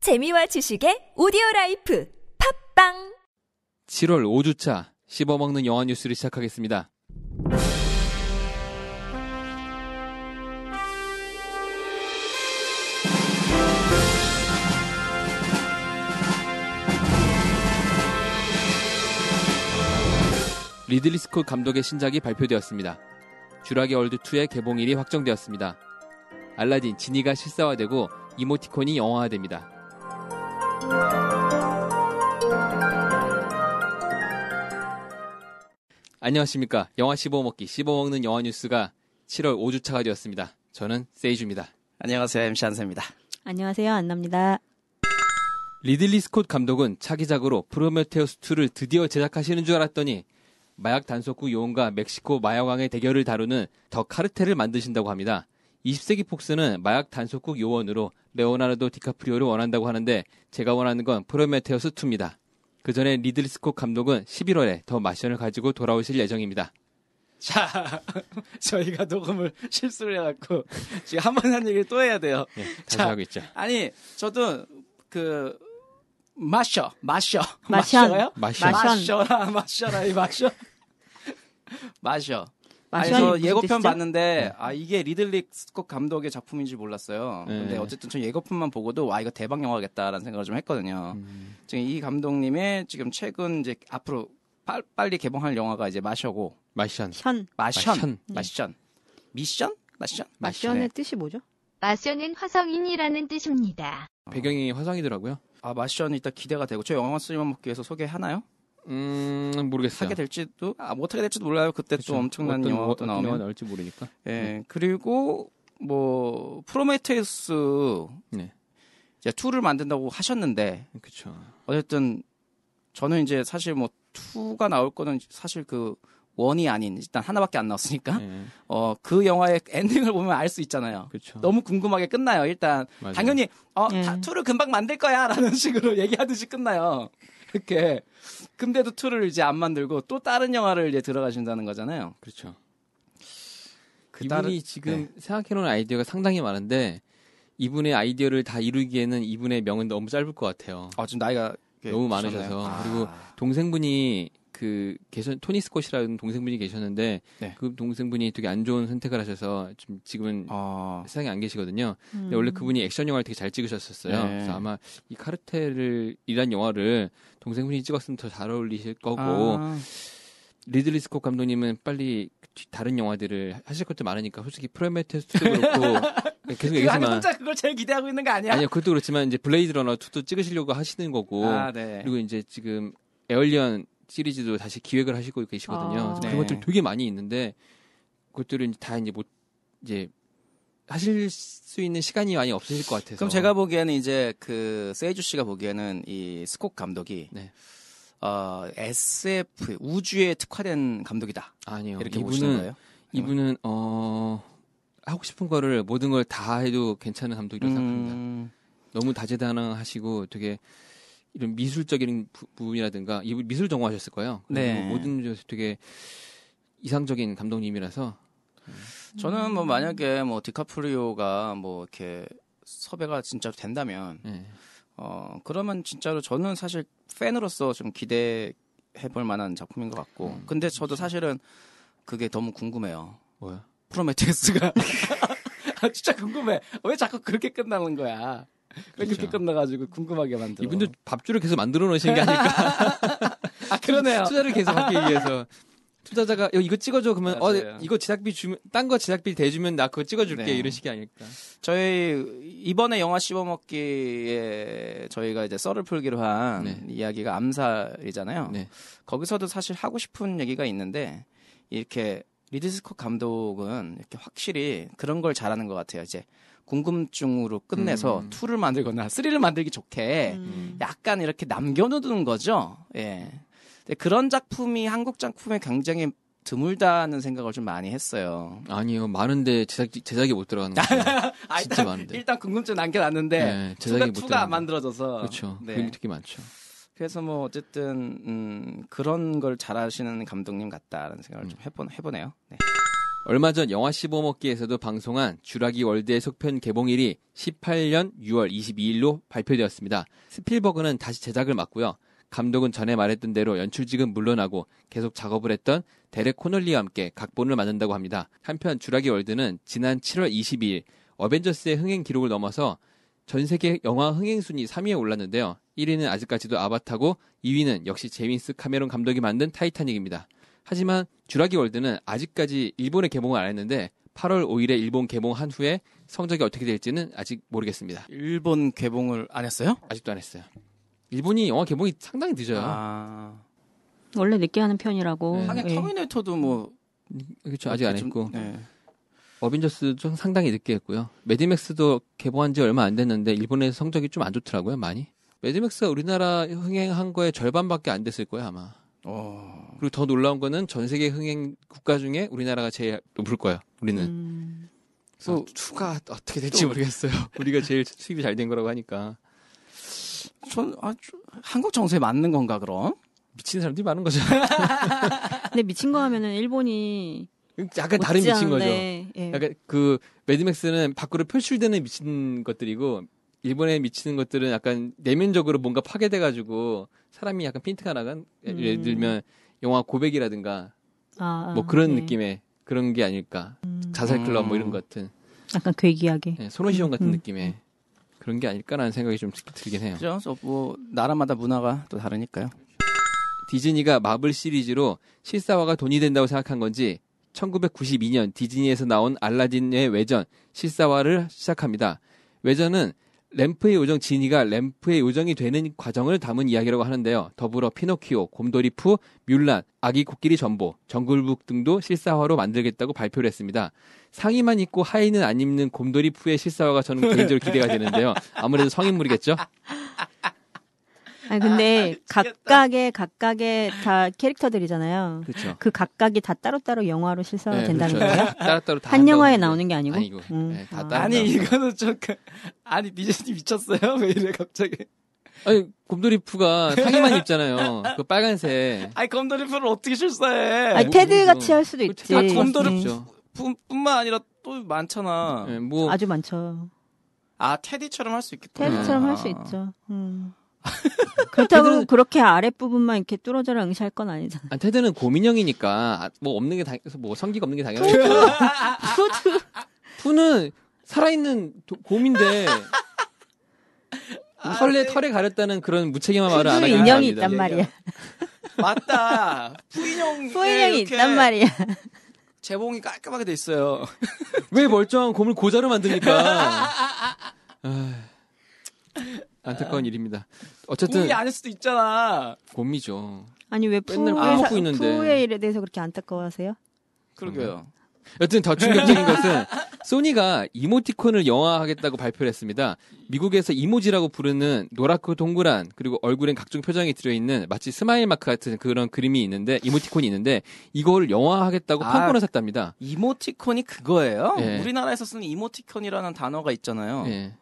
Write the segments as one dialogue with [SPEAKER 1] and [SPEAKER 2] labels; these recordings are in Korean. [SPEAKER 1] 재미와 지식의 오디오 라이프 팝빵
[SPEAKER 2] 7월 5주차 씹어먹는 영화 뉴스를 시작하겠습니다. 리들리 스콧 감독의 신작이 발표되었습니다. 쥬라기 월드 2의 개봉일이 확정되었습니다. 알라딘 지니가 실사화되고 이모티콘이 영화화됩니다. 안녕하십니까. 영화 씹어먹기 씹어먹는 영화 뉴스가 7월 5주차가 되었습니다. 저는 세이주입니다.
[SPEAKER 3] 안녕하세요 MC 한세입니다.
[SPEAKER 4] 안녕하세요. 안나입니다.
[SPEAKER 2] 리들리 스콧 감독은 차기작으로 프로메테우스 2를 드디어 제작하시는 줄 알았더니 마약 단속구 요원과 멕시코 마약왕의 대결을 다루는 더 카르텔을 만드신다고 합니다. 20세기 폭스는 마약 단속국 요원으로 레오나르도 디카프리오를 원한다고 하는데 제가 원하는 건 프로메테우스 2입니다. 그 전에 리들리 스콧 감독은 11월에 더 마션을 가지고 돌아오실 예정입니다.
[SPEAKER 3] 자 저희가 녹음을 실수를 해갖고 지금 한 번 한 얘기를 또 해야 돼요.
[SPEAKER 2] 예, 다시
[SPEAKER 3] 자.
[SPEAKER 2] 하고 있죠.
[SPEAKER 3] 아니 저도 그 마셔 마셔
[SPEAKER 4] 마션.
[SPEAKER 3] 마셔요?
[SPEAKER 2] 마션.
[SPEAKER 4] 마션.
[SPEAKER 3] 마셔라 마셔라 이 마셔 마셔. 아니
[SPEAKER 4] 마션이
[SPEAKER 3] 저
[SPEAKER 4] 무슨
[SPEAKER 3] 예고편
[SPEAKER 4] 뜻이죠?
[SPEAKER 3] 봤는데 아 이게 리들리 스콧 감독의 작품인지 몰랐어요.
[SPEAKER 2] 네.
[SPEAKER 3] 근데 어쨌든 전 예고편만 보고도 와 이거 대박 영화겠다라는 생각을 좀 했거든요. 지금 이 감독님의 지금 최근 이제 앞으로 빨, 빨리 개봉할 영화가 이제 마셔고
[SPEAKER 2] 마션.
[SPEAKER 4] 션.
[SPEAKER 3] 마션
[SPEAKER 2] 마션.
[SPEAKER 3] 마션, 미션 마션
[SPEAKER 4] 아, 마션의
[SPEAKER 3] 네.
[SPEAKER 4] 뜻이 뭐죠?
[SPEAKER 5] 마션은 화성인이라는 뜻입니다.
[SPEAKER 2] 배경이 화성이더라고요.
[SPEAKER 3] 아 마션이 일단 기대가 되고 저 영화 쓰리만 먹기 위해서 소개하나요?
[SPEAKER 2] 음, 모르겠어요.
[SPEAKER 3] 하게 될지도 아 못하게 될지도 몰라요. 그때 또 엄청난
[SPEAKER 2] 어떤,
[SPEAKER 3] 영화가 또
[SPEAKER 2] 어떤 네. 영화
[SPEAKER 3] 나오면
[SPEAKER 2] 나올지 모르니까.
[SPEAKER 3] 예, 그리고 뭐 프로메테우스
[SPEAKER 2] 네.
[SPEAKER 3] 이제 2를 만든다고 하셨는데
[SPEAKER 2] 그렇죠.
[SPEAKER 3] 어쨌든 저는 이제 사실 뭐 2가 나올 거는 사실 그 원이 아닌 일단 하나밖에 안 나왔으니까
[SPEAKER 2] 예,
[SPEAKER 3] 어 그 영화의 엔딩을 보면 알 수 있잖아요.
[SPEAKER 2] 그렇죠.
[SPEAKER 3] 너무 궁금하게 끝나요. 일단
[SPEAKER 2] 맞아요.
[SPEAKER 3] 당연히 어
[SPEAKER 4] 예.
[SPEAKER 3] 다, 2를 금방 만들 거야라는 식으로 얘기하듯이 끝나요. 이렇게 근데도 2를 이제 안 만들고 또 다른 영화를 이제 들어가신다는 거잖아요.
[SPEAKER 2] 그렇죠.
[SPEAKER 3] 그
[SPEAKER 2] 이분이
[SPEAKER 3] 다른- 네.
[SPEAKER 2] 지금 생각해놓은 아이디어가 상당히 많은데 이분의 아이디어를 다 이루기에는 이분의 명은 너무 짧을 것 같아요.
[SPEAKER 3] 아 지금 나이가 꽤
[SPEAKER 2] 너무
[SPEAKER 3] 드셨나요?
[SPEAKER 2] 많으셔서.
[SPEAKER 3] 아.
[SPEAKER 2] 그리고 동생분이 그 계신 토니 스콧이라는 동생분이 계셨는데
[SPEAKER 3] 네.
[SPEAKER 2] 그 동생분이 되게 안 좋은 선택을 하셔서 좀 지금은
[SPEAKER 3] 아,
[SPEAKER 2] 세상에 안 계시거든요. 근데 원래 그분이 액션 영화를 되게 잘 찍으셨었어요.
[SPEAKER 3] 네.
[SPEAKER 2] 그래서 아마 이 카르텔을 이란 영화를 동생분이 찍었으면 더 잘 어울리실 거고
[SPEAKER 3] 아,
[SPEAKER 2] 리들리 스콧 감독님은 빨리 뒤- 다른 영화들을 하실 것도 많으니까 솔직히 프로메테스도 그렇고 네, 계속
[SPEAKER 3] 그거 아니
[SPEAKER 2] 얘기지만
[SPEAKER 3] 혼자 그걸 제일 기대하고 있는 거 아니야?
[SPEAKER 2] 아니요 그것도 그렇지만 이제 블레이드 러너 2도 찍으시려고 하시는 거고
[SPEAKER 3] 아, 네.
[SPEAKER 2] 그리고 이제 지금 에얼리언 시리즈도 다시 기획을 하시고 계시거든요.
[SPEAKER 4] 아.
[SPEAKER 2] 그래서
[SPEAKER 3] 네.
[SPEAKER 2] 그런 것들 되게 많이 있는데 그것들은 이제 다 이제 못 이제 하실 수 있는 시간이 많이 없으실 것 같아서
[SPEAKER 3] 그럼 제가 보기에는 이제 그 세이주 씨가 보기에는 이 스콧 감독이
[SPEAKER 2] 네.
[SPEAKER 3] 어, SF 우주에 특화된 감독이다
[SPEAKER 2] 아니요
[SPEAKER 3] 이렇게 보시는
[SPEAKER 2] 이분은
[SPEAKER 3] 거예요?
[SPEAKER 2] 이분은 어 하고 싶은 거를 모든 걸 다 해도 괜찮은 감독이라고 생각합니다.
[SPEAKER 3] 음,
[SPEAKER 2] 너무 다재다능하시고 되게 이런 미술적인 부- 부분이라든가 이 미술 전공하셨을 거예요. 그래서 뭐
[SPEAKER 3] 네.
[SPEAKER 2] 모든 점에서 되게 이상적인 감독님이라서
[SPEAKER 3] 저는 뭐 만약에 뭐 디카프리오가 뭐 이렇게 섭외가 진짜 로 된다면
[SPEAKER 2] 예.
[SPEAKER 3] 어 그러면 진짜로 저는 사실 팬으로서 좀 기대해 볼 만한 작품인 것 같고 근데 저도 사실은 그게 너무 궁금해요.
[SPEAKER 2] 뭐야?
[SPEAKER 3] 프로메테우스가 아, 진짜 궁금해 왜 자꾸 그렇게 끝나는 거야 왜 그렇게
[SPEAKER 2] 그렇죠.
[SPEAKER 3] 끝나가지고 궁금하게 만들어
[SPEAKER 2] 이분들 밥줄을 계속 만들어 놓으신 게 아닐까?
[SPEAKER 3] 아 그러네요
[SPEAKER 2] 투자를 계속 하기 위해서 투자자가 야, 이거 찍어줘 그러면 어
[SPEAKER 3] 맞아요.
[SPEAKER 2] 이거 제작비 주면 딴 거 제작비 대주면 나 그거 찍어줄게
[SPEAKER 3] 네.
[SPEAKER 2] 이런 식이 아닐까?
[SPEAKER 3] 저희 이번에 영화 씹어먹기에 저희가 이제 썰을 풀기로 한
[SPEAKER 2] 네.
[SPEAKER 3] 이야기가 암살이잖아요
[SPEAKER 2] 네.
[SPEAKER 3] 거기서도 사실 하고 싶은 얘기가 있는데 이렇게 리드스콧 감독은 이렇게 확실히 그런 걸 잘하는 것 같아요 이제 궁금증으로 끝내서
[SPEAKER 2] 음.
[SPEAKER 3] 투를 만들거나 쓰리를 만들기 좋게
[SPEAKER 4] 음.
[SPEAKER 3] 약간 이렇게 남겨놓는 거죠. 예. 근데 그런 작품이 한국 작품에 굉장히 드물다는 생각을 좀 많이 했어요.
[SPEAKER 2] 아니요 많은데 제작 제작이 못 들어가는 거죠.
[SPEAKER 3] 아,
[SPEAKER 2] 진짜
[SPEAKER 3] 일단,
[SPEAKER 2] 많은데.
[SPEAKER 3] 일단 궁금증 남겨놨는데
[SPEAKER 2] 네,
[SPEAKER 3] 투가
[SPEAKER 2] 제작이 못
[SPEAKER 3] 투가
[SPEAKER 2] 들어가는
[SPEAKER 3] 안
[SPEAKER 2] 거.
[SPEAKER 3] 만들어져서
[SPEAKER 2] 그렇죠.
[SPEAKER 3] 네.
[SPEAKER 2] 그런 게 되게 많죠.
[SPEAKER 3] 그래서 뭐 어쨌든 음, 그런 걸 잘하시는 감독님 같다라는 생각을 좀 해보, 해보네요. 네.
[SPEAKER 2] 얼마 전 영화 씹어먹기에서도 방송한 주라기 월드의 속편 개봉일이 18년 6월 22일로 발표되었습니다. 스필버그는 다시 제작을 맡고요. 감독은 전에 말했던 대로 연출직은 물러나고 계속 작업을 했던 데렉 코널리와 함께 각본을 만든다고 합니다. 한편 주라기 월드는 지난 7월 22일 어벤져스의 흥행 기록을 넘어서 전 세계 영화 흥행 순위 3위에 올랐는데요. 1위는 아직까지도 아바타고 2위는 역시 제임스 카메론 감독이 만든 타이타닉입니다. 하지만 주라기 월드는 아직까지 일본에 개봉을 안 했는데 8월 5일에 일본 개봉한 후에 성적이 어떻게 될지는 아직 모르겠습니다.
[SPEAKER 3] 일본 개봉을 안 했어요?
[SPEAKER 2] 아직도 안 했어요. 일본이 영화 개봉이 상당히 늦어요.
[SPEAKER 3] 아.
[SPEAKER 4] 원래 늦게 하는 편이라고.
[SPEAKER 2] 네.
[SPEAKER 3] 하긴
[SPEAKER 4] 예.
[SPEAKER 3] 터미네이터도 뭐
[SPEAKER 2] 그렇죠. 아직 안
[SPEAKER 3] 좀-
[SPEAKER 2] 했고
[SPEAKER 3] 네.
[SPEAKER 2] 어벤져스 좀 상당히 늦게 했고요. 매드맥스도 개봉한 지 얼마 안 됐는데 일본에서 성적이 좀 안 좋더라고요. 많이. 매드맥스가 우리나라 흥행한 거의 절반밖에 안 됐을 거예요 아마.
[SPEAKER 3] 어.
[SPEAKER 2] 그리고 더 놀라운 거는 전 세계 흥행 국가 중에 우리나라가 제일 높을 거예요. 우리는.
[SPEAKER 4] 음,
[SPEAKER 2] 그래서
[SPEAKER 3] 또-
[SPEAKER 2] 추가 어떻게 될지 모르겠어요. 우리가 제일 수입이 잘 된 거라고 하니까
[SPEAKER 3] 전 아, 저- 한국 정서에 맞는 건가 그럼?
[SPEAKER 2] 미친 사람들이 많은 거죠.
[SPEAKER 4] 근데 미친 거 하면은 일본이
[SPEAKER 2] 약간 다른
[SPEAKER 4] 못지
[SPEAKER 2] 미친 거죠.
[SPEAKER 4] 않은데, 예.
[SPEAKER 2] 약간 그 매드맥스는 밖으로 표출되는 미친 것들이고 일본에 미치는 것들은 약간 내면적으로 뭔가 파괴돼가지고 사람이 약간 핀트가 나간 예를
[SPEAKER 4] 음.
[SPEAKER 2] 들면 영화 고백이라든가
[SPEAKER 4] 아, 음. 아,
[SPEAKER 2] 뭐 그런
[SPEAKER 4] 예.
[SPEAKER 2] 느낌의 그런 게 아닐까 자살 클럽 뭐 이런 것 같은
[SPEAKER 4] 약간 괴기하게.
[SPEAKER 2] 예, 소노시온 같은
[SPEAKER 4] 음.
[SPEAKER 2] 느낌의 그런 게 아닐까라는 생각이 좀 들- 들긴 해요.
[SPEAKER 3] 그죠? 그래서 뭐 나라마다 문화가 또 다르니까요.
[SPEAKER 2] 디즈니가 마블 시리즈로 실사화가 돈이 된다고 생각한 건지 1992년 디즈니에서 나온 알라딘의 외전 실사화를 시작합니다. 외전은 램프의 요정 지니가 램프의 요정이 되는 과정을 담은 이야기라고 하는데요. 더불어 피노키오, 곰돌이푸, 뮬란, 아기 코끼리 전보, 정글북 등도 실사화로 만들겠다고 발표를 했습니다. 상의만 입고 하의는 안 입는 곰돌이푸의 실사화가 저는 개인적으로 기대가 되는데요. 아무래도 성인물이겠죠?
[SPEAKER 4] 아니 근데 각각의 각각의 다 캐릭터들이잖아요.
[SPEAKER 2] 그렇죠.
[SPEAKER 4] 그 각각이 다 따로따로 영화로 실사가
[SPEAKER 2] 네,
[SPEAKER 4] 된다는
[SPEAKER 2] 그렇죠.
[SPEAKER 4] 거예요?
[SPEAKER 2] 따로따로 다
[SPEAKER 4] 한
[SPEAKER 2] 한다고
[SPEAKER 4] 영화에
[SPEAKER 2] 하는데.
[SPEAKER 4] 나오는 게 아니고.
[SPEAKER 2] 아니고.
[SPEAKER 4] 음.
[SPEAKER 2] 네, 다
[SPEAKER 4] 아.
[SPEAKER 2] 따로
[SPEAKER 3] 아니 이거는 좀 그- 아니 디즈니 미쳤어요? 왜 이래 갑자기?
[SPEAKER 2] 아니 곰돌이프가 상의만 입잖아요. 그 빨간색.
[SPEAKER 3] 아니 검돌이프를 어떻게 실사해?
[SPEAKER 4] 아니,
[SPEAKER 2] 뭐,
[SPEAKER 4] 테드 같이
[SPEAKER 2] 그거.
[SPEAKER 4] 할 수도 있지.
[SPEAKER 3] 네. 아,
[SPEAKER 2] 네.
[SPEAKER 3] 곰돌이-
[SPEAKER 4] 예.
[SPEAKER 2] 그렇죠.
[SPEAKER 3] 뿐- 뿐만 아니라 또 많잖아.
[SPEAKER 2] 예, 뭐
[SPEAKER 4] 아주 많죠.
[SPEAKER 3] 아 테디처럼 할 수 있겠다.
[SPEAKER 4] 테드처럼
[SPEAKER 3] 아.
[SPEAKER 4] 할 수 있죠. 음. 그렇다고
[SPEAKER 2] 테드는-
[SPEAKER 4] 그렇게 아랫 부분만 이렇게 뚫어져라 응시할 건 아니잖아요.
[SPEAKER 2] 아, 테드는 고민형이니까 아, 뭐 없는 게 당, 뭐 성기가 없는 게 당연하죠. 푸는 살아있는 도- 곰인데 털에 털에 가렸다는 그런 무책임한 말을 안 하긴
[SPEAKER 4] 푸 아, 네. 인형이
[SPEAKER 2] 합니다.
[SPEAKER 4] 있단 말이야.
[SPEAKER 3] 맞다. 푸인형
[SPEAKER 4] 푸 인형이 있단 말이야.
[SPEAKER 3] 재봉이 깔끔하게 돼 있어요.
[SPEAKER 2] 왜 멀쩡한 곰을 고자로 만듭니까? 아, 안타까운 일입니다. 어쨌든
[SPEAKER 3] 곰이 아닐 수도 있잖아.
[SPEAKER 2] 곰이죠.
[SPEAKER 4] 아니 왜 푸의,
[SPEAKER 2] 맨날 안 먹고
[SPEAKER 4] 사-
[SPEAKER 2] 있는데.
[SPEAKER 4] 푸의 일에 대해서 그렇게 안타까워하세요?
[SPEAKER 2] 음.
[SPEAKER 3] 그러게요.
[SPEAKER 2] 여튼 더 충격적인 것은 소니가 이모티콘을 영화하겠다고 발표를 했습니다. 미국에서 이모지라고 부르는 노랗고 동그란 그리고 얼굴엔 각종 표정이 들어있는 마치 스마일 마크 같은 그런 그림이 있는데 이모티콘이 있는데 이걸 영화하겠다고
[SPEAKER 3] 아.
[SPEAKER 2] 판권을 샀답니다.
[SPEAKER 3] 이모티콘이 그거예요?
[SPEAKER 2] 예.
[SPEAKER 3] 우리나라에서 쓰는 이모티콘이라는 단어가 있잖아요.
[SPEAKER 2] 예.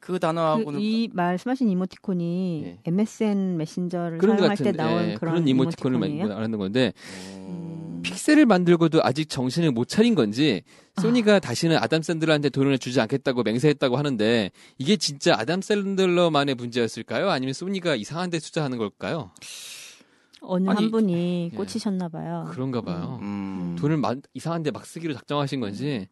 [SPEAKER 3] 그 단어하고는
[SPEAKER 4] 이 말씀하신 이모티콘이
[SPEAKER 2] 예.
[SPEAKER 4] MSN 메신저를
[SPEAKER 2] 그런 것
[SPEAKER 4] 사용할
[SPEAKER 2] 같은
[SPEAKER 4] 때 나온
[SPEAKER 2] 예,
[SPEAKER 4] 그런,
[SPEAKER 2] 이모티콘을
[SPEAKER 4] 이에요
[SPEAKER 2] 말하는 건데
[SPEAKER 4] 음.
[SPEAKER 2] 픽셀을 만들고도 아직 정신을 못 차린 건지
[SPEAKER 4] 아.
[SPEAKER 2] 소니가 다시는 아담 샌들러한테 돈을 주지 않겠다고 맹세했다고 하는데 이게 진짜 아담 샌들러만의 문제였을까요? 아니면 소니가 이상한 데 투자하는 걸까요?
[SPEAKER 4] 어느
[SPEAKER 2] 아니,
[SPEAKER 4] 한 분이
[SPEAKER 2] 예.
[SPEAKER 4] 꽂히셨나 봐요.
[SPEAKER 2] 그런가 봐요.
[SPEAKER 3] 음.
[SPEAKER 2] 돈을 마- 이상한 데 막 쓰기로 작정하신 건지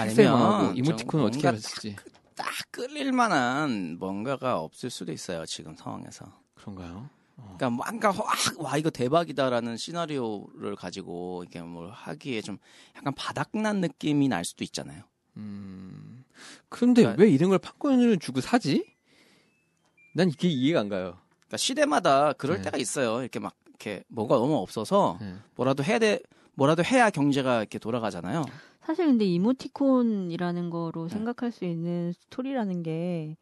[SPEAKER 2] 픽셀 망하고
[SPEAKER 3] 아니면
[SPEAKER 2] 이모티콘은
[SPEAKER 3] 좀
[SPEAKER 2] 어떻게
[SPEAKER 3] 뭔가
[SPEAKER 2] 하실지
[SPEAKER 3] 딱 끌릴 만한 뭔가가 없을 수도 있어요. 지금 상황에서.
[SPEAKER 2] 그런가요?
[SPEAKER 3] 그러니까 뭔가 확, 와 이거 대박이다라는 시나리오를 가지고 이게 뭘 하기에 좀 약간 바닥난 느낌이 날 수도 있잖아요.
[SPEAKER 2] 음. 근데
[SPEAKER 3] 그러니까-
[SPEAKER 2] 왜 이런 걸 판권을 주고 사지? 난 이게 이해가 안 가요.
[SPEAKER 3] 그러니까 시대마다 그럴
[SPEAKER 2] 네.
[SPEAKER 3] 때가 있어요. 이렇게 막 이렇게 뭐가 너무 없어서
[SPEAKER 2] 네.
[SPEAKER 3] 뭐라도 해야 돼 뭐라도 해야 경제가 이렇게 돌아가잖아요.
[SPEAKER 4] 사실 근데 이모티콘이라는 거로
[SPEAKER 2] 예.
[SPEAKER 3] 네.
[SPEAKER 4] 생각할 수 있는 스토리라는 게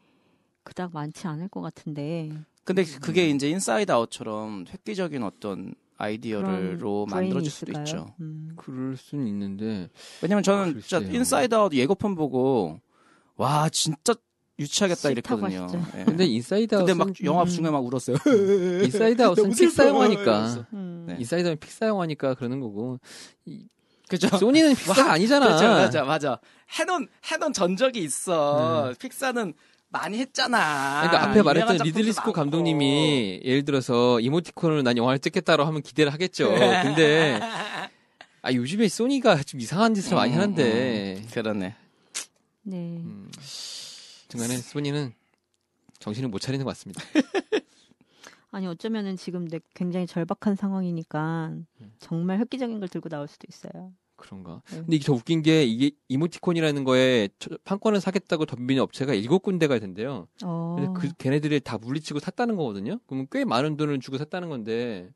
[SPEAKER 4] 그닥 많지 않을 것 같은데
[SPEAKER 3] 근데
[SPEAKER 2] 음.
[SPEAKER 3] 그게 이제 인사이드 아웃처럼 획기적인 어떤 아이디어로
[SPEAKER 4] 그런 브레인이
[SPEAKER 3] 만들어질 수도
[SPEAKER 4] 있을까요?
[SPEAKER 3] 있죠.
[SPEAKER 4] 음.
[SPEAKER 2] 그럴 수는 있는데
[SPEAKER 3] 왜냐면 저는 진짜
[SPEAKER 2] 아, 글쎄요.
[SPEAKER 3] 인사이드 아웃 예고편 보고 와 진짜 유치하겠다
[SPEAKER 4] 싫다고
[SPEAKER 3] 이랬거든요.
[SPEAKER 4] 하시죠.
[SPEAKER 3] 예.
[SPEAKER 2] 근데 인사이드
[SPEAKER 3] 근데
[SPEAKER 2] 아웃은
[SPEAKER 3] 막 영화
[SPEAKER 4] 음.
[SPEAKER 3] 중에 막 울었어요.
[SPEAKER 2] 인사이드 아웃은
[SPEAKER 3] 너무 슬퍼.
[SPEAKER 2] 픽사 영화니까
[SPEAKER 3] 이랬어.
[SPEAKER 4] 음.
[SPEAKER 3] 네.
[SPEAKER 2] 인사이드는 픽사 영화니까 그러는 거고 이-
[SPEAKER 3] 그죠?
[SPEAKER 2] 소니는 픽사가 아니잖아.
[SPEAKER 3] 아, 그렇죠, 맞아, 맞아. 해놓은 해놓은 전적이 있어. 픽사는 많이 했잖아.
[SPEAKER 2] 네. 그러니까 앞에
[SPEAKER 3] 유명한
[SPEAKER 2] 말했던
[SPEAKER 3] 작품도
[SPEAKER 2] 리들리 스코
[SPEAKER 3] 많고.
[SPEAKER 2] 감독님이 예를 들어서 이모티콘으로 난 영화를 찍겠다라고 하면 기대를 하겠죠. 근데 아 요즘에 소니가 좀 이상한 짓을 많이
[SPEAKER 3] 음,
[SPEAKER 2] 하는데
[SPEAKER 3] 음, 그러네.
[SPEAKER 4] 네.
[SPEAKER 2] 음. 중간에 소니는 정신을 못 차리는 것 같습니다.
[SPEAKER 4] 아니 어쩌면은 지금 내 굉장히 절박한 상황이니까
[SPEAKER 2] 음.
[SPEAKER 4] 정말 획기적인 걸 들고 나올 수도 있어요.
[SPEAKER 2] 그런가?
[SPEAKER 4] 네.
[SPEAKER 2] 근데 이게 더 웃긴 게 이게 이모티콘이라는 거에 처- 판권을 사겠다고 덤비는 업체가 일곱 군데가 된대요.
[SPEAKER 4] 어.
[SPEAKER 2] 근데 그 걔네들이 다 물리치고 샀다는 거거든요. 그러면 꽤 많은 돈을 주고 샀다는 건데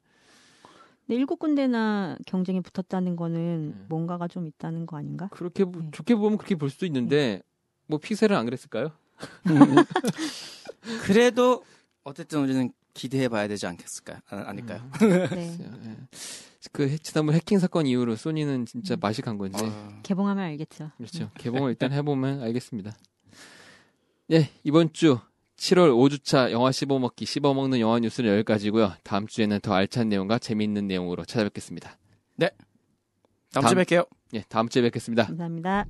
[SPEAKER 4] 근데 일곱 군데나 경쟁이 붙었다는 거는
[SPEAKER 2] 네.
[SPEAKER 4] 뭔가가 좀 있다는 거 아닌가?
[SPEAKER 2] 그렇게 보-
[SPEAKER 4] 네.
[SPEAKER 2] 좋게 보면 그렇게 볼 수도 있는데 뭐 픽셀은 안 그랬을까요?
[SPEAKER 3] 그래도 어쨌든 우리는 기대해봐야 되지 않겠을까요? 아, 아닐까요?
[SPEAKER 4] 네.
[SPEAKER 2] 음, 예. 그 해- 지난번 해킹 사건 이후로 소니는 진짜 맛이 간 건지
[SPEAKER 3] 어,
[SPEAKER 4] 개봉하면 알겠죠.
[SPEAKER 2] 그렇죠. 개봉을 일단 해보면 알겠습니다. 예, 이번 주 7월 5주차 영화 씹어먹기 씹어먹는 영화 뉴스는 여기까지고요. 다음 주에는 더 알찬 내용과 재미있는 내용으로 찾아뵙겠습니다.
[SPEAKER 3] 다음 주에 뵐게요.
[SPEAKER 2] 예, 다음 주에 뵙겠습니다.
[SPEAKER 4] 감사합니다.